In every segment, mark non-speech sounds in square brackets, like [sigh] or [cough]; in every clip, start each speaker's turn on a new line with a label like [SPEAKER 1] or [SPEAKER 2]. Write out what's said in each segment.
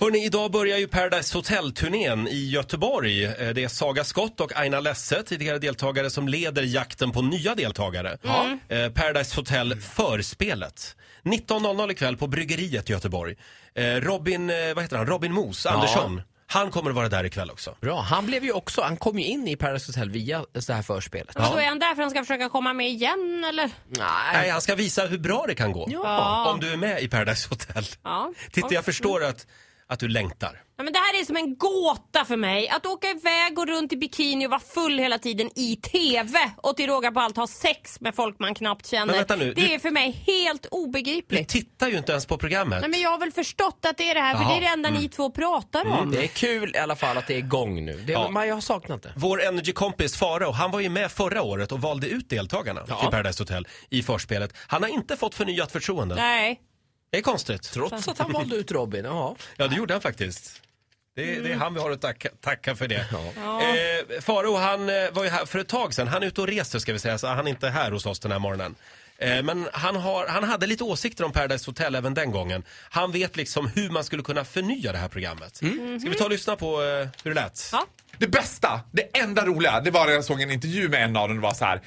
[SPEAKER 1] Hörrni, idag börjar ju Paradise Hotel-turnén i Göteborg. Eh, Det är Saga Skott och Aina Lesse, tidigare deltagare, som leder jakten på nya deltagare. Eh, Paradise Hotel förspelet. 19.00 ikväll på Bryggeriet i Göteborg. Eh, Robin, eh, vad heter han? Robin Moos Andersson. Han kommer att vara där ikväll också.
[SPEAKER 2] Bra, han blev ju också, han kom ju in i Paradise Hotel via det här förspelet.
[SPEAKER 3] Men då är han där för att han ska försöka komma med igen eller?
[SPEAKER 2] Nej.
[SPEAKER 1] Nej, han ska visa hur bra det kan gå.
[SPEAKER 3] Ja.
[SPEAKER 1] Om du är med i Paradise Hotel.
[SPEAKER 3] Ja.
[SPEAKER 1] Titta, jag förstår att, att du längtar.
[SPEAKER 3] Ja, men det här är som en gåta för mig. Att åka iväg och runt i bikini och vara full hela tiden i TV och till råga på allt ha sex med folk man knappt
[SPEAKER 1] Men
[SPEAKER 3] känner.
[SPEAKER 1] vänta nu,
[SPEAKER 3] det
[SPEAKER 1] du-
[SPEAKER 3] är för mig helt
[SPEAKER 1] Du
[SPEAKER 3] obegripligt.
[SPEAKER 1] tittar ju inte ens på programmet.
[SPEAKER 3] Nej, men jag har väl förstått att det är det här för
[SPEAKER 2] Jaha.
[SPEAKER 3] det är det enda ni
[SPEAKER 1] Mm.
[SPEAKER 3] två pratar om.
[SPEAKER 2] Det är kul i alla fall att det är igång nu. Det,
[SPEAKER 1] Ja.
[SPEAKER 2] man, jag har saknat det.
[SPEAKER 1] Vår energikompis Farao, han var ju med förra året och valde ut deltagarna till Paradise Hotel i förspelet. Han har inte fått förnyat förtroende.
[SPEAKER 3] Nej.
[SPEAKER 1] Det är konstigt.
[SPEAKER 2] Trots att han valde ut Robin, ja.
[SPEAKER 1] Ja, det gjorde han faktiskt. Det, det är
[SPEAKER 2] Mm.
[SPEAKER 1] han vi har att tacka, tacka för det. Eh, Farao, han eh, var ju här för ett tag sedan. Han är ute och reser ska vi säga, så han är inte här hos oss den här morgonen. Eh, men han, har, han hade lite åsikter om Paradise Hotel även den gången. Han vet liksom hur man skulle kunna förnya det här programmet. Ska vi ta och lyssna på eh, hur det lät?
[SPEAKER 3] Ja.
[SPEAKER 4] Det bästa, det enda roliga, det var när jag såg en intervju med en av dem. Det var så här.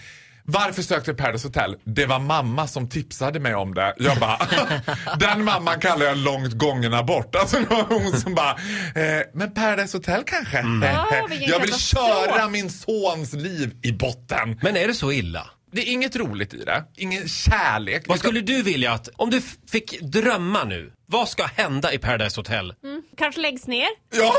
[SPEAKER 4] Varför sökte jag Paradise Hotel? Det var mamma som tipsade mig om det. Jag bara, [laughs] den mamman kallar jag långt gången abort. Alltså det var hon som bara, eh, men Paradise Hotel kanske?
[SPEAKER 3] Mm.
[SPEAKER 4] Eh,
[SPEAKER 3] Ja, vilken
[SPEAKER 4] jag vill
[SPEAKER 3] katastrof.
[SPEAKER 4] köra min sons liv i botten.
[SPEAKER 1] Men är det så illa?
[SPEAKER 4] Det är inget roligt i det, ingen kärlek.
[SPEAKER 1] Vad skulle du vilja att, om du f- fick drömma nu, vad ska hända i Paradise Hotel?
[SPEAKER 2] Mm.
[SPEAKER 3] Kanske läggs ner.
[SPEAKER 4] Ja.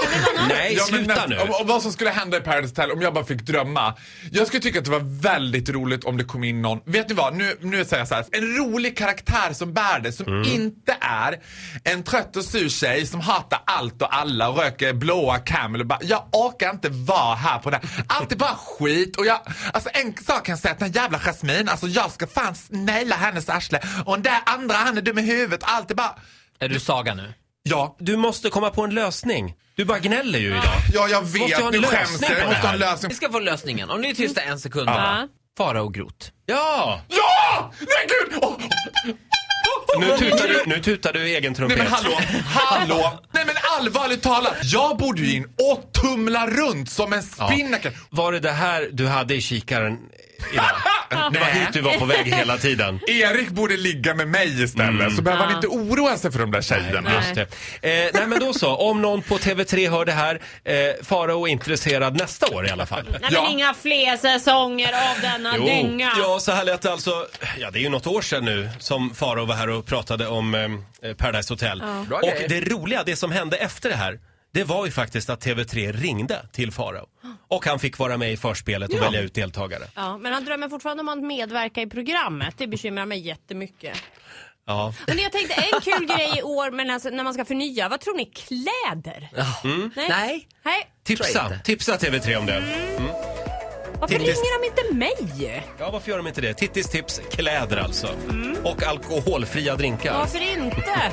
[SPEAKER 1] Nej,
[SPEAKER 4] men
[SPEAKER 1] sluta
[SPEAKER 4] näst-
[SPEAKER 1] nu.
[SPEAKER 4] Om, om vad som skulle hända i Paradise Hotel om jag bara fick drömma. Jag skulle tycka att det var väldigt roligt om det kom in någon, vet ni vad, nu, nu säger jag så här. En rolig karaktär som bär det, som
[SPEAKER 1] Mm.
[SPEAKER 4] inte är en trött och sur tjej som hatar allt och alla och röker blåa Camel och bara, jag orkar inte vara här på det här. Allt är bara skit och jag, alltså en sak kan jag säga att den jävla Jasmine, alltså jag ska fan naila hennes arsle och den där andra han är dum i huvudet, allt är bara,
[SPEAKER 2] Är du Saga nu?
[SPEAKER 4] ja.
[SPEAKER 1] Du måste komma på en lösning. Du bara gnäller ju idag.
[SPEAKER 4] Ja, jag
[SPEAKER 1] Måste jag ha
[SPEAKER 4] vet.
[SPEAKER 1] en
[SPEAKER 4] Nu
[SPEAKER 1] lösning
[SPEAKER 4] skäms
[SPEAKER 1] på
[SPEAKER 4] jag.
[SPEAKER 1] det
[SPEAKER 4] Jag måste ha en
[SPEAKER 1] här?
[SPEAKER 4] lösning.
[SPEAKER 2] Vi ska få lösningen, om ni är tysta en sekund bara.
[SPEAKER 3] Ja.
[SPEAKER 2] Fara och grot.
[SPEAKER 1] Ja!
[SPEAKER 4] Ja! Nej gud! Åh!
[SPEAKER 1] Nu tutar du, nu tutar du i egen
[SPEAKER 4] Nej
[SPEAKER 1] trumpet.
[SPEAKER 4] men hallå, hallå! Nej men allvarligt talat, jag borde ju in och tumla runt som en spinnaker.
[SPEAKER 1] Var det det här du hade i kikaren
[SPEAKER 4] [laughs]
[SPEAKER 1] idag? Det var hit du var på väg hela tiden.
[SPEAKER 4] Erik borde ligga med mig istället så behöver han inte oroa sig för de där tjejerna.
[SPEAKER 1] Just det. Eh, nej men då så, om någon på TV3 hör det här, eh, Farao är intresserad nästa år i alla fall.
[SPEAKER 3] Nej,
[SPEAKER 4] Ja.
[SPEAKER 3] men inga fler säsonger av denna dynga.
[SPEAKER 1] Ja, så här lät det alltså. Ja, det är ju något år sedan nu som Faro var här och pratade om eh, Paradise Hotel.
[SPEAKER 2] Bra
[SPEAKER 1] Och
[SPEAKER 2] grej.
[SPEAKER 1] det roliga, det som hände efter det här, det var ju faktiskt att TV3 ringde till Faro. Och han fick vara med i förspelet och välja ut deltagare.
[SPEAKER 3] Ja, men han drömmer fortfarande om att medverka i programmet. Det bekymrar mig jättemycket.
[SPEAKER 1] Ja.
[SPEAKER 3] Men jag tänkte en kul grej i år men alltså, när man ska förnya, vad tror ni? Kläder? Nej.
[SPEAKER 2] Nej.
[SPEAKER 3] Nej.
[SPEAKER 1] Tipsa,
[SPEAKER 2] inte.
[SPEAKER 1] tipsa TV3 om det.
[SPEAKER 3] Varför
[SPEAKER 1] Tittis.
[SPEAKER 3] ringer de inte mig?
[SPEAKER 1] Ja, varför gör de inte det? Tittis tips, kläder alltså. Och alkoholfria drinkar.
[SPEAKER 3] Varför inte?